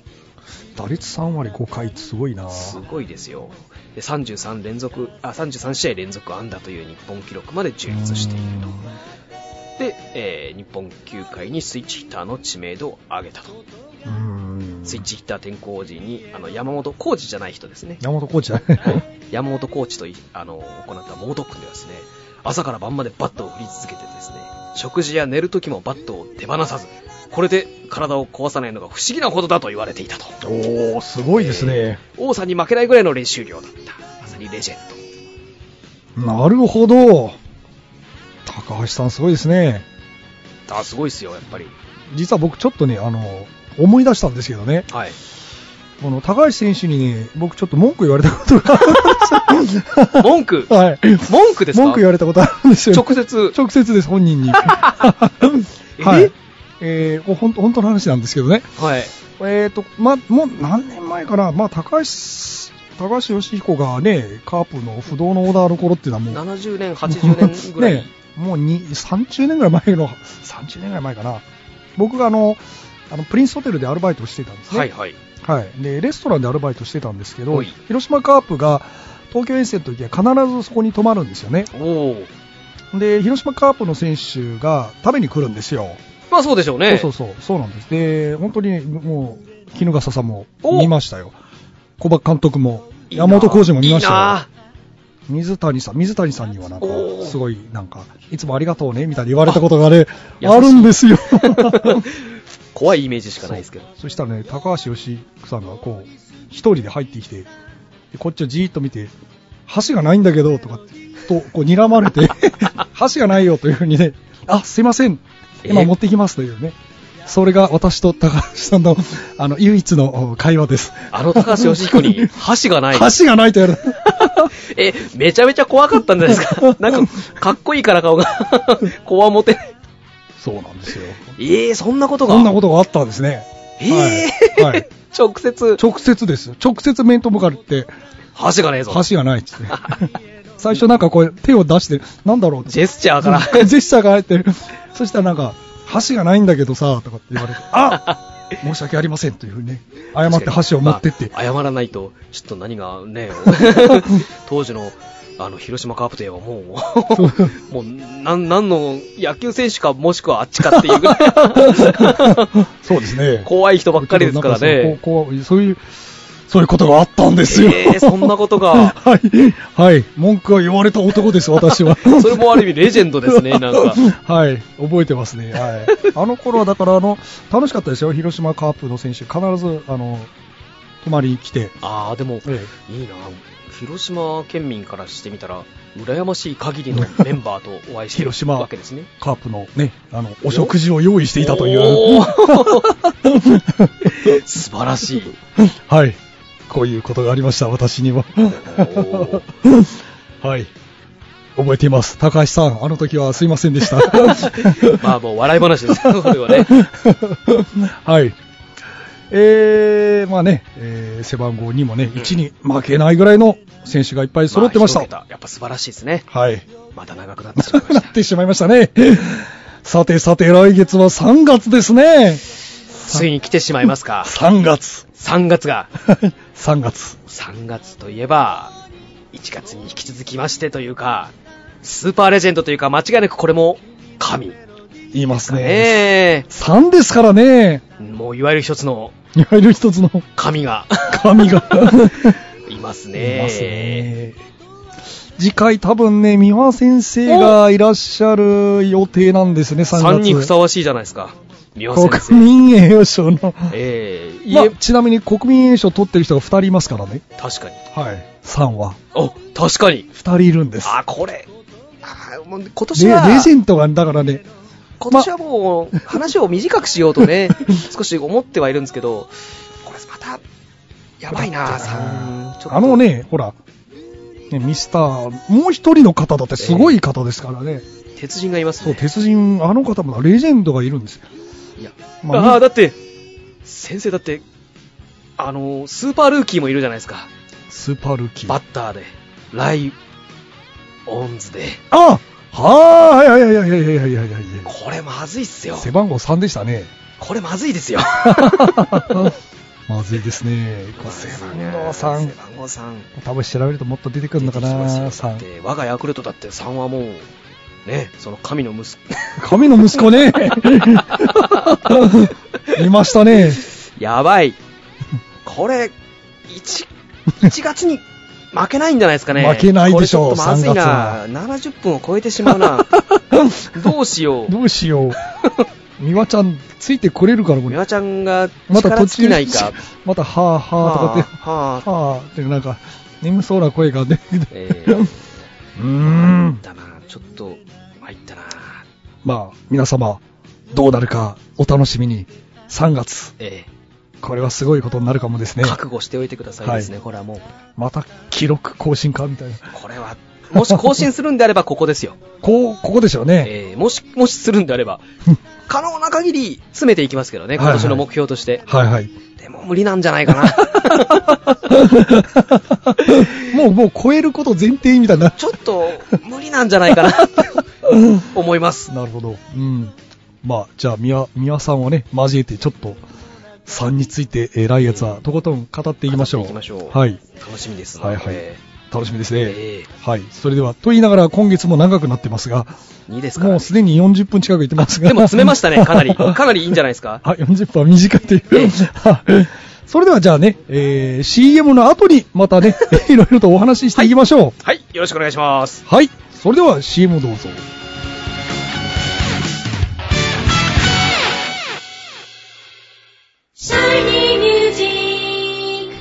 打率3割5回ってすごいな。すごいですよで33連続あ、33試合連続安打という日本記録まで樹立していると。で、えー日本球界にスイッチヒッターの知名度を上げたと、うん。スイッチヒッター転向時にあの山本コーチじゃない人ですね、山本コーチだはいね。 山本コーチといあの行った猛特訓ではですね朝から晩までバットを振り続けてですね食事や寝る時もバットを手放さずこれで体を壊さないのが不思議なほどだと言われていたとおー、すごいですね。王さんに負けないぐらいの練習量だったまさにレジェンドなるほど。高橋さんすごいですね。あすごいですよやっぱり実は僕ちょっとね、あの、思い出したんですけどね。はいこの高橋選手にね、僕ちょっと文句言われたことがあるんですよ文句 はい。文句ですか文句言われたことあるんですよ。直接直接です、本 人に。はい。えー、これほんと本当の話なんですけどね。はいえーと、ま、もう何年前かな、まあ、高橋、高橋義彦がね、カープの不動のオーダーの頃っていうのはもう、 70年80年ぐらい、ね、もうに30年ぐらい前の、30年ぐらい前かな。僕があの、あのプリンスホテルでアルバイトをしてたんですね。はいはいはい、でレストランでアルバイトしてたんですけど、はい広島カープが東京遠征の時は必ずそこに泊まるんですよね、おおで広島カープの選手が食べに来るんですよ、まあそうでしょうねそうそうそう、そうなんです、で本当にもう衣笠さんもお見ましたよ、小葉監督も、いいな山本浩二も見ましたいいよな。水谷さん、水谷さんにはなんかおー、すごい、なんか、いつもありがとうね、みたいに言われたことがね、ああるんです よ。怖いイメージしかないですけどそしたらね、高橋義久さんがこう、一人で入ってきて、でこっちをじーっと見て、箸がないんだけど、とかって、と、こう、睨まれ て、箸がないよというふうにね、あ、すいません、今え持ってきますというね。それが私と高橋さんの、あの、唯一のお会話です。あの高橋義 彦に箸がない箸がないとやる。 えめちゃめちゃ怖かったんじゃないですか なんかかっこいいから顔が怖もてそうなんですよ。えー、そんなことがそんなことがあったんですね。えーはいはい直接直接です。直接面と向かって、箸がねえぞ箸がないっつって。 最初なんかこう手を出して、なんだろうってジェスチャーか らジェスチャーが入ってる。そしたらなんか、箸がないんだけどさ、とかって言 われて、あ申し訳ありませんというふうにね、謝って箸を持ってって。まあ謝らないとちょっと何が ね当時のあの広島カープといえばもうもうなんなんの野球選手かもしくはあっちかっていうぐ らいそうですね。怖い人ばっかりですからなんねか。そうこうこうそういう、そういうことがあったんですよ。えーそんなことが はい。はい。文句を言われた男です、私は。 それもある意味レジェンドですね、なんか。はい、覚えてますね、はい、あの頃はだからあの楽しかったですよ、広島カープの選手、必ずあの泊まりに来て、ああ、でも、いいな。広島県民からしてみたら、羨ましい限りのメンバーとお会いしてる広島わけですね。カープの,、ね、あのお食事を用意していたといおう、ー素晴らしい。 はい、こういうことがありました、私には。ー はい覚えています高橋さん、あの時はすいませんでした。 まあもう笑い話ですよ、これはね。 はい。えー、まあね、えー背番号2もね、1に負けないぐらいの選手がいっぱい揃ってました。あ一桁やっぱ素晴らしいですね。はい。 また長くなってしまいまな しってしまいましたね。さてさて、来月は3月ですね。た。ついに来てしまいますか。 3月。 3月が。 3月。 3月といえば、1月に引き続きましてというか、スーパーレジェンドというか、間違いなくこれも神です言いますかね。ね。 3ですからね。もういわゆる一つのいわゆる一つの神が 神 が。いますいね。ますね。次回多分ね、三輪先生がいらっしゃる予定なんですね、3月。 3にふさわしいじゃないですか。三輪先生。国民栄誉賞の、ええまいあえ、ちなみに国民栄誉賞取ってる人が2人いますからね。確かに。はい。3は。お、確かに。 2人いるんです。あ、これ。あもう今ね年は、レジェンドが、だからね、今年はもう、話を短くしようとね、 少し思ってはいるんですけど、これまた、やばいな、さんちょっとあの、ね、ほら、ね、ミスター、もう一人の方だってすごい方ですからね。鉄人がいますそう、ね。鉄人、あの方もレジェンドがいるんですよ。いや、まあああ、だって、先生だって、あのー、スーパールーキーもいるじゃないですか。スーパールーキー。バッあターで、ライオンズで。あはあ、いやいやいやいやいやいやいやいや。これまずいっすよ。背番号3でした ね。これまずいですよ。まずいですね。これ背番号3背。番号3。多分調べるともっと出てくるのかな、だっ3。て、我がヤクルトだって3はもう、ね、その神の息子。神の息子 ね。いましたね。やばい。これ、1、1月に負けないんじゃないですかね。負けないでしょうこれちょっとまずいな。 3 70分を超えてしまう な。どうしよう。どうしよう。美和ちゃん、ついてこれるから、こ美れ。和ちゃんがまた力途尽き中ないか。、 また、はあはあとかっはて、あ、はあ。はあって、なんか、眠そうな声が出てきて。えー、 うーん。だな、ちょっと、入ったな。まあ、皆様、どうなるか、お楽しみに。3月、えこれはすごいことになるかもですね。ー覚悟しておいてくださいですね、はこれはもう。また、記録更新か、みたいな。これは、もし更新するんであればここですよ。こう、ここでしょう ね。えー、もし、もしするんであれ ば、可能な限り詰めていきますけどはね、いは今い年の目標として。はいはい。でも無理なんじゃないかな。 もう、もう超えること前提みたいな。ちょっと、無理なんじゃないかな、思います。なるほど。うん。まあ、じゃあ、みや、みやさんをね、交えて、ちょっと、3について、えー来月はとことん語っていきましょう。語っていきましょうはい。楽しみですのはで、いはい。楽しみですね。えはい。それでは、と言いながら、今月も長くなってますが、ー、いいですか、もうすでに40分近くいってますが。でも詰め ましたね、かなり。かあ、なりいいんじゃないですか40分は短いという。 それでは、じゃあね、えー CM の後に、ま たね、いろいろとお話ししていきましょう。はい、よろしくお願いします。はい。それでは CM どうぞ。 Shiny Music!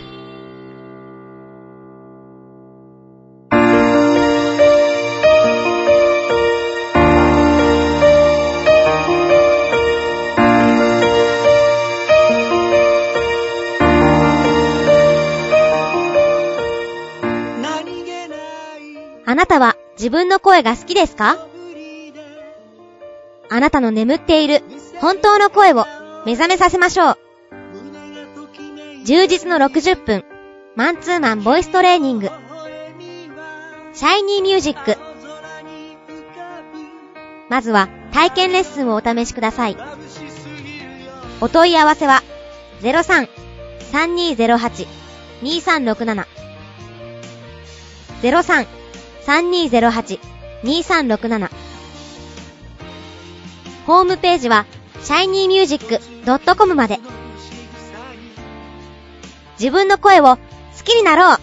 あなたは自分の声が好きですかあなたの眠っている本当の声を目覚めさせましょう。充実の60分、マンツーマンボイストレーニング。シャイニーミュージック。まずは体験レッスンをお試しください。お問い合わせは03-3208-2367 03-3208-2367ホームページは shinymusic.com まで自分の声を好きになろう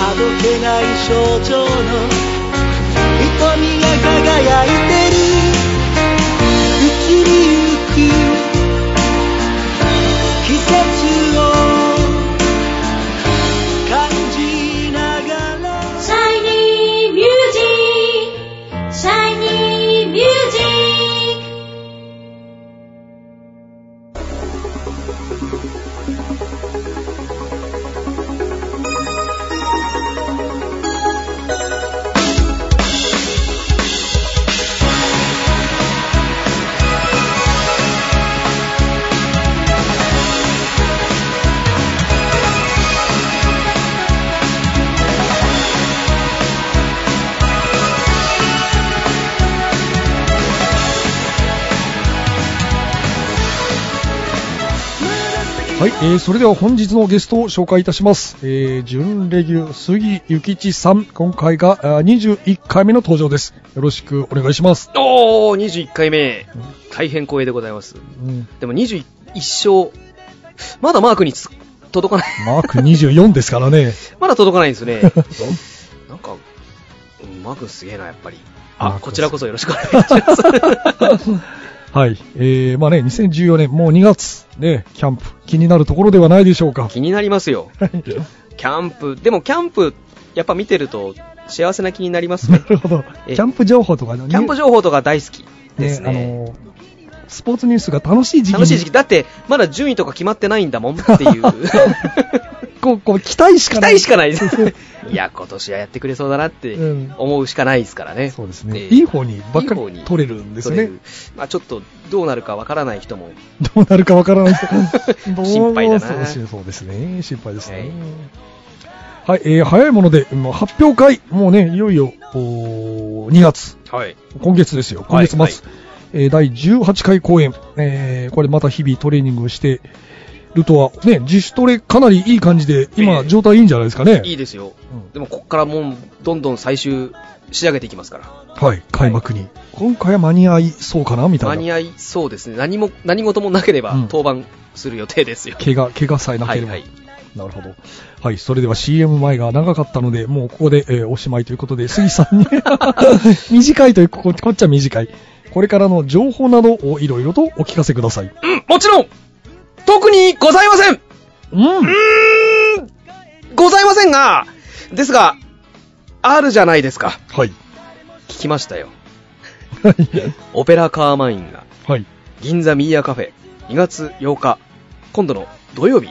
あどけない象徴の瞳が輝いてる移りゆく季節を感じながら Shiny Music! Shiny Music! はい、えーそれでは本日のゲストを紹介いたします。えー、準レギュ杉ゆきちさん、今回があー21回目の登場です。よろしくお願いします。おー、21回目。大変光栄でございます。うん、でも21勝、まだマークにつ届かない。 マーク24ですからね。 まだ届かないんですね。なんか、マグすげえな、やっぱり。マあ、グこちらこそよろしくお願い します。はい。えー、まあね、2014年、もう2月、ね、キャンプ、気になるところではないでしょうか。 気になりますよ。キャンプ、でもキャンプ、やっぱ見てると幸せな気になりますな ね。るほど。キえャンプ情報とかのキャンプ情報とか大好きですね。ね、あのースポーツニュースが楽しい時期に楽しい時期。だって、まだ順位とか決まってないんだもんっていう。 こう、こう、期待し期かない。待しかないです。いや、今年はやってくれそうだなってうん思うしかないですからね。そうですね。ええいい方にばっかいい方りに取れるんです取れねる。まあちょっと、どうなるかわからない人も。どうなるかわからない。 心配だなどうもそうそうですね。心配ですはいね。はい、えー早いもので、もう発表会、もうね、いよいよ、おー2月、はい。今月ですよ、今はい月末、えー第18回公演、えーこれまた日々トレーニングをしてるとは、ね、自主トレかなりいい感じで、え今、え状態いいんじゃないですかね。いいですよ。うんでも、こっからもう、どんどん最終、仕上げていきますから。はい、開幕に。今回は間に合いそうかな、みたいな。間に合いそうですね。何も、何事もなければうん、登板する予定ですよ。怪我、怪我さえなければ。はいはいなるほど。はい、それでは CM 前が長かったので、もうここで、えーおしまいということで、杉さんに、 短いという、こここっちは短い。これからの情報などをいろいろとお聞かせください。うん、もちろん、特にございませんうんございませんが、ですが、あるじゃないですか。はい。 聞きましたよ。はいオペラカーマインが、はい。銀座ミーヤカフェ、2月8日、今度の土曜日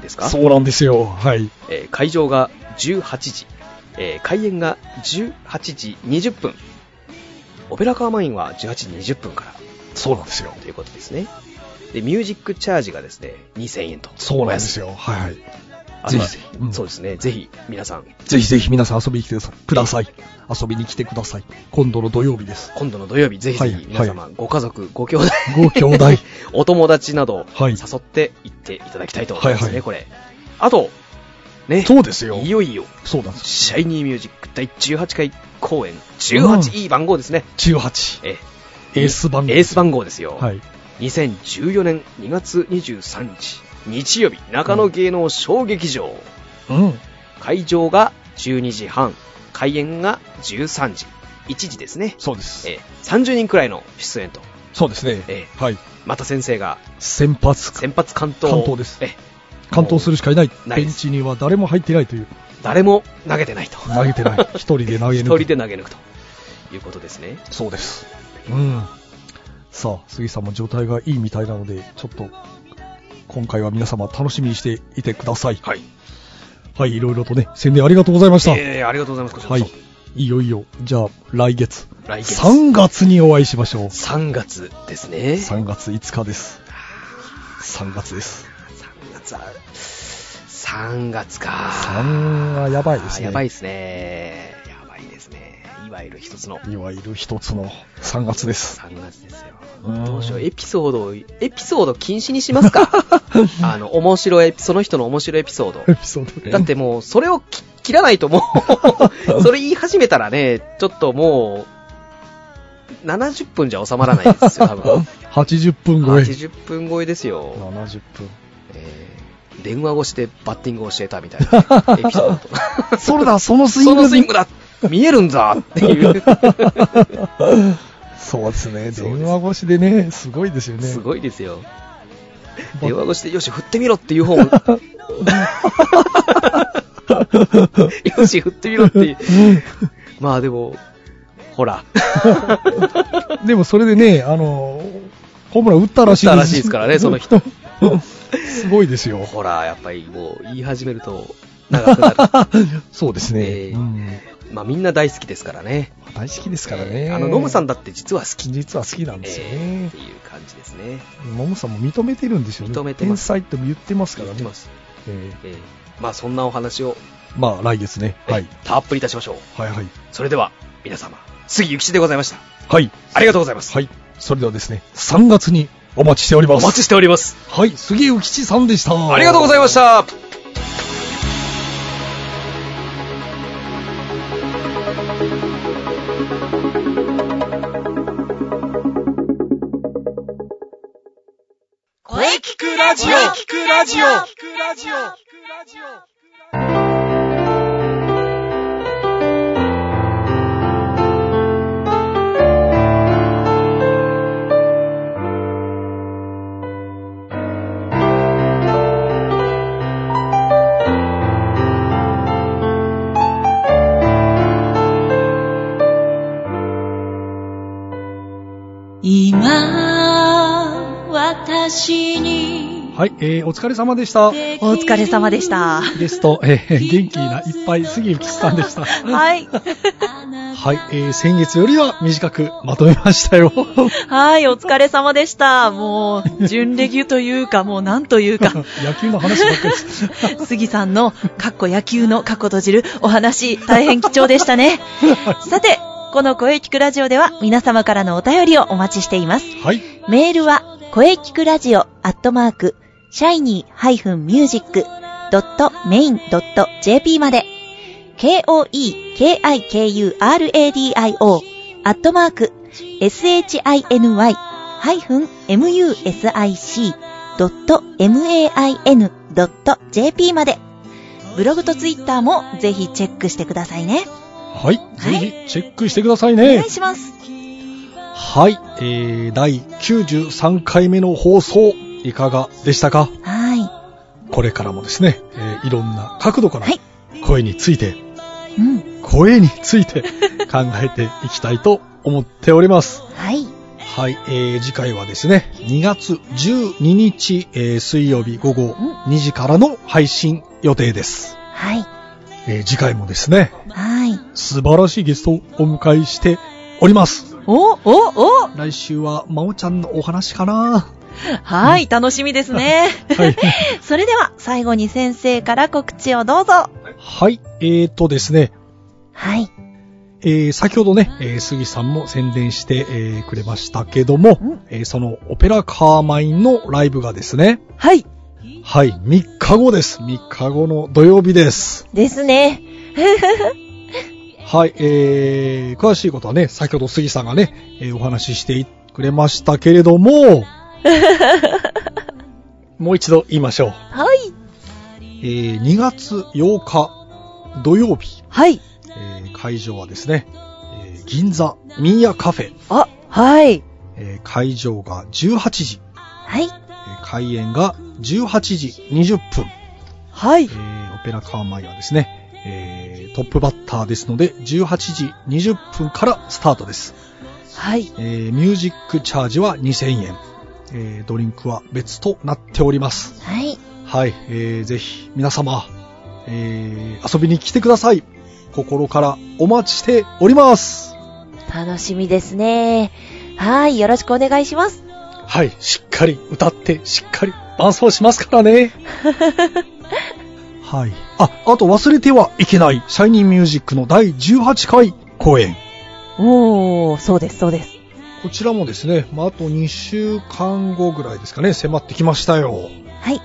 ですかそうなんですよ。はい。えー会場が18時、えー開演が18時20分。オペラカーマインは18時20分からそうなんですよ。ということですね。で、ミュージックチャージがですね、2000円と。そうなんですよ。はいはい。あとはぜひうんそうですね、ぜひ皆さん、ぜひぜひ皆さん遊びに来てください。ください。遊びに来てください。今度の土曜日です。今度の土曜日、ぜひぜはいひ皆様、ご家族、ご兄弟、ご兄弟。 お友達など、はい誘って行っていただきたいと思いますね、はいはいこれ。あと、ね、そうですよい。よいよ、そうなんです。シャイニーミュージック第18回公演、18、うんいい番号ですね。 18。えエース番エース番号ですよ。はい。 2014年2月23日、日曜日、中野芸能小劇場。うん。会場が12時半、開演が13時、1時ですね。そうです。えー30人くらいの出演と。そうですね。ええはい。また先生が先発、先発関東。完投ですえー完投するしかいない。ないベでンすチには誰も入っていないという。誰も投げてないと。投げてない。一人で投げ抜一人く。で投げ抜くということですね。そうです。うん。さあ、杉さんも状態がいいみたいなので、ちょっと、今回は皆様楽しみにしていてください。はい。はい、いろいろとね、宣伝ありがとうございました。えー、ありがとうございます。こちらこはいそ。いよいよ、じゃあ、来月。来月3月にお会いしましょう。 3月ですね。 3月5日です。3月です。 3月ある。3月か。 3はやばいですねやばいですね。やばいですね。いわゆる一つのいわゆる一つの3月です。 3月ですよ。うんどうしよう、エピソードを、エピソード禁止にしま すかあの、面白いエピ、その人の面白いエピソエード。ピソード だってもう、それをき切らないとも う、それ言い始めたらね、ちょっともう、70分じゃ収まらないですよ、多分。 80分超え。 80分超えですよ。 70分。えー電話越しでバッティングを教えたみたいな エピソードとかそれだ、そのスイそングのスイングだ見えるんだって いう。そうですね、 そうです電話越しでね、すごいですよね。すごいですよ。バ電話越しで、よし、振ってみろってい う方も。よし、振ってみろっていう。まあでも、ほら、でもそれでね、あの、ホームラン打ったらしい打ったらしいですからねその人。 すごいです よ。ほら、やっぱりもう言い始めると長く なる。そうですね、ええうんまあみんな大好きですからね。大好きですからね。あの、ノムさんだ。だって実は好き。実は好きなんですよえーっねて。いう感じですね。ノムさんも認めてるんですよね。認めてま天す才とも言ってますから言っね。てます。ええーまあそんなお話を、えまあ、来月ね。えーはい。たっぷりいたしましょう。はいはい。それでは、皆様、杉ゆきちでございました。はい。ありがとうございます。はい。それではですね、3月にお待ちしておりまおす。待ちしております。はい。杉浮吉さんでした。ありがとうございました。声聞くラジオ聞くラジオ聞くラジオ「私にはい、えー、お疲れ様でした。お疲れ様でした。ゲスト、えー、元気ないっぱい杉内さんでした。ははい。い、えー、先月よりは短くまとめました よ。はい、お疲れ様でした。もう、準レギュというか、もうなんというか、野球の話ばっかりです。杉さんの、かっこ野球のかっこ閉じるお話、大変貴重でしたね。さて、この声聞くラジオでは皆様からのお便りをお待ちしています。はい、メールは、声聞くラジオアットマーク、shiny-music.main.jp まで、k-o-e-k-i-k-u-r-a-d-i-o アットマーク、shiny-music.main.jp まで、ブログとツイッターもぜひチェックしてくださいね。はい、ぜひチェックしてくださいおね。願いします。はい、えー、第93回目の放送、いかがでしたかはこれからもですね、えーいろんな角度からはい声について、い。うん。声について 考えていきたいと思っております。はい。はい、えー、次回はですね、2月12日、えー水曜日午後2時からの配信予定です。はい。えー次回もですね、はい。素晴らしいゲストをお迎えしております。お、お、お来週は、まおちゃんのお話かなはい、楽しみですね。はい。 それでは、最後に先生から告知をどうぞ。はい、えーとですね、はい。えー先ほどね、えー杉さんも宣伝して、えーくれましたけども、うんえーそのオペラカーマインのライブがですね、はい。はい、3日後です。3日後の土曜日です。ですね。はい、えー、詳しいことはね、先ほど杉さんがね、えーお話ししてくれましたけれど も、もう一度言いましょう。はい。えー2月8日土曜日、はい。えー会場はですね、えー銀座ミーヤカフェ、あ、はい。えー会場が18時、はい。えー開演が18時20分、はいえ。ーオペラカーマイはですね、えートップバッターですので、18時20分からスタートです。はい。えーミュージックチャージは2000円、えードリンクは別となっております。はい。はい、えーぜひ皆様、えー遊びに来てください。心からお待ちしております。楽しみですね。はい。よろしくお願いします。はい、しっかり歌って、しっかり伴奏しますから ね。はい。あ、あと忘れてはいけない、シャイニーミュージックの第18回公演。おー、そうです、そうです。こちらもですね、まあ、あと2週間後ぐらいですかね、迫ってきましたよ。はい。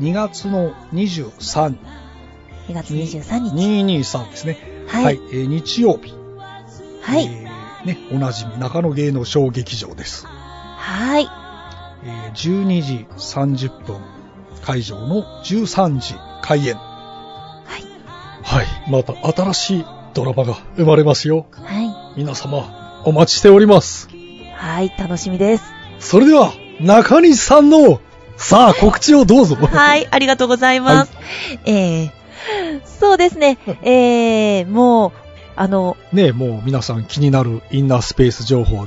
2月の23、 2月23日。 223ですね。はい。はい。えー日曜日。はえい。ーね、おなじみ、中野芸能小劇場です。えー12時30分、会場の13時開演。はい。はい、また新しいドラマが生まれますよ。は皆様、お待ちしております。い。はい。楽しみです。それでは、中西さんの、さあ、告知をどうぞ。はい、ありがとうございます。えー、そうですね、えー、もう、あの、 ねえ、もう皆さん気になるインナースペース情報、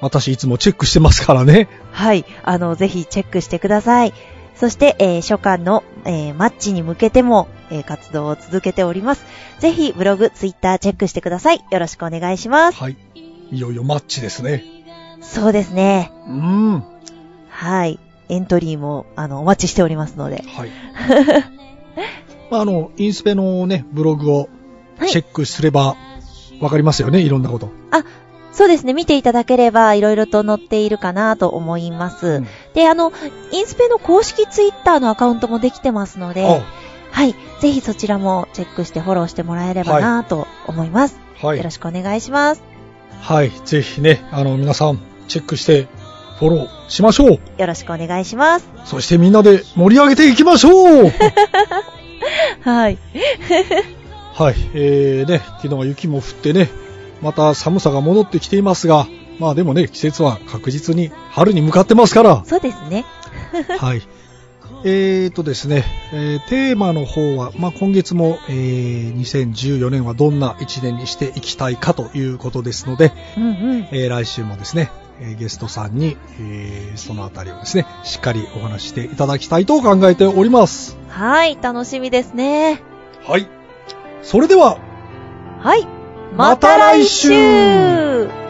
私いつもチェックしてますからね。はい、あの、ぜひチェックしてください。そして、えー初夏の、えーマッチに向けても、えー活動を続けております。ぜひ、ブログ、ツイッターチェックしてください。よろしくお願いします。はい。いよいよマッチですね。そうですね。うーん。ははい。エントリーも、あの、お待ちしておりますので。い。 まあ、あの、インスペのね、ブログをはいチェックすれば、わかりますよね、いろんなこと。そうですね。見ていただければ、いろいろと載っているかなと思います。うんで、あの、インスペの公式ツイッターのアカウントもできてますので、あはい。ぜひそちらもチェックしてフォローしてもらえればなと思います、はよろい。しくお願いします。はい。ぜひね、あの、皆さん、チェックして、フォローしましょう。よろしくお願いします。そしてみんなで盛り上げていきまし ょうはい。はい、えーね、昨日は雪も降ってね、また寒さが戻ってきていますが、まあでもね、季節は確実に春に向かってますから、そうですね。 はい。えーとですね、えーテーマの方は、まあ今月も、えー2014年はどんな1年にしていきたいかということですので、うんうん。えー来週もですね、えーゲストさんに、えーそのあたりをですね、しっかりお話ししていただきたいと考えております。はい、楽しみですね。はい。それでは、はい。また来週また来週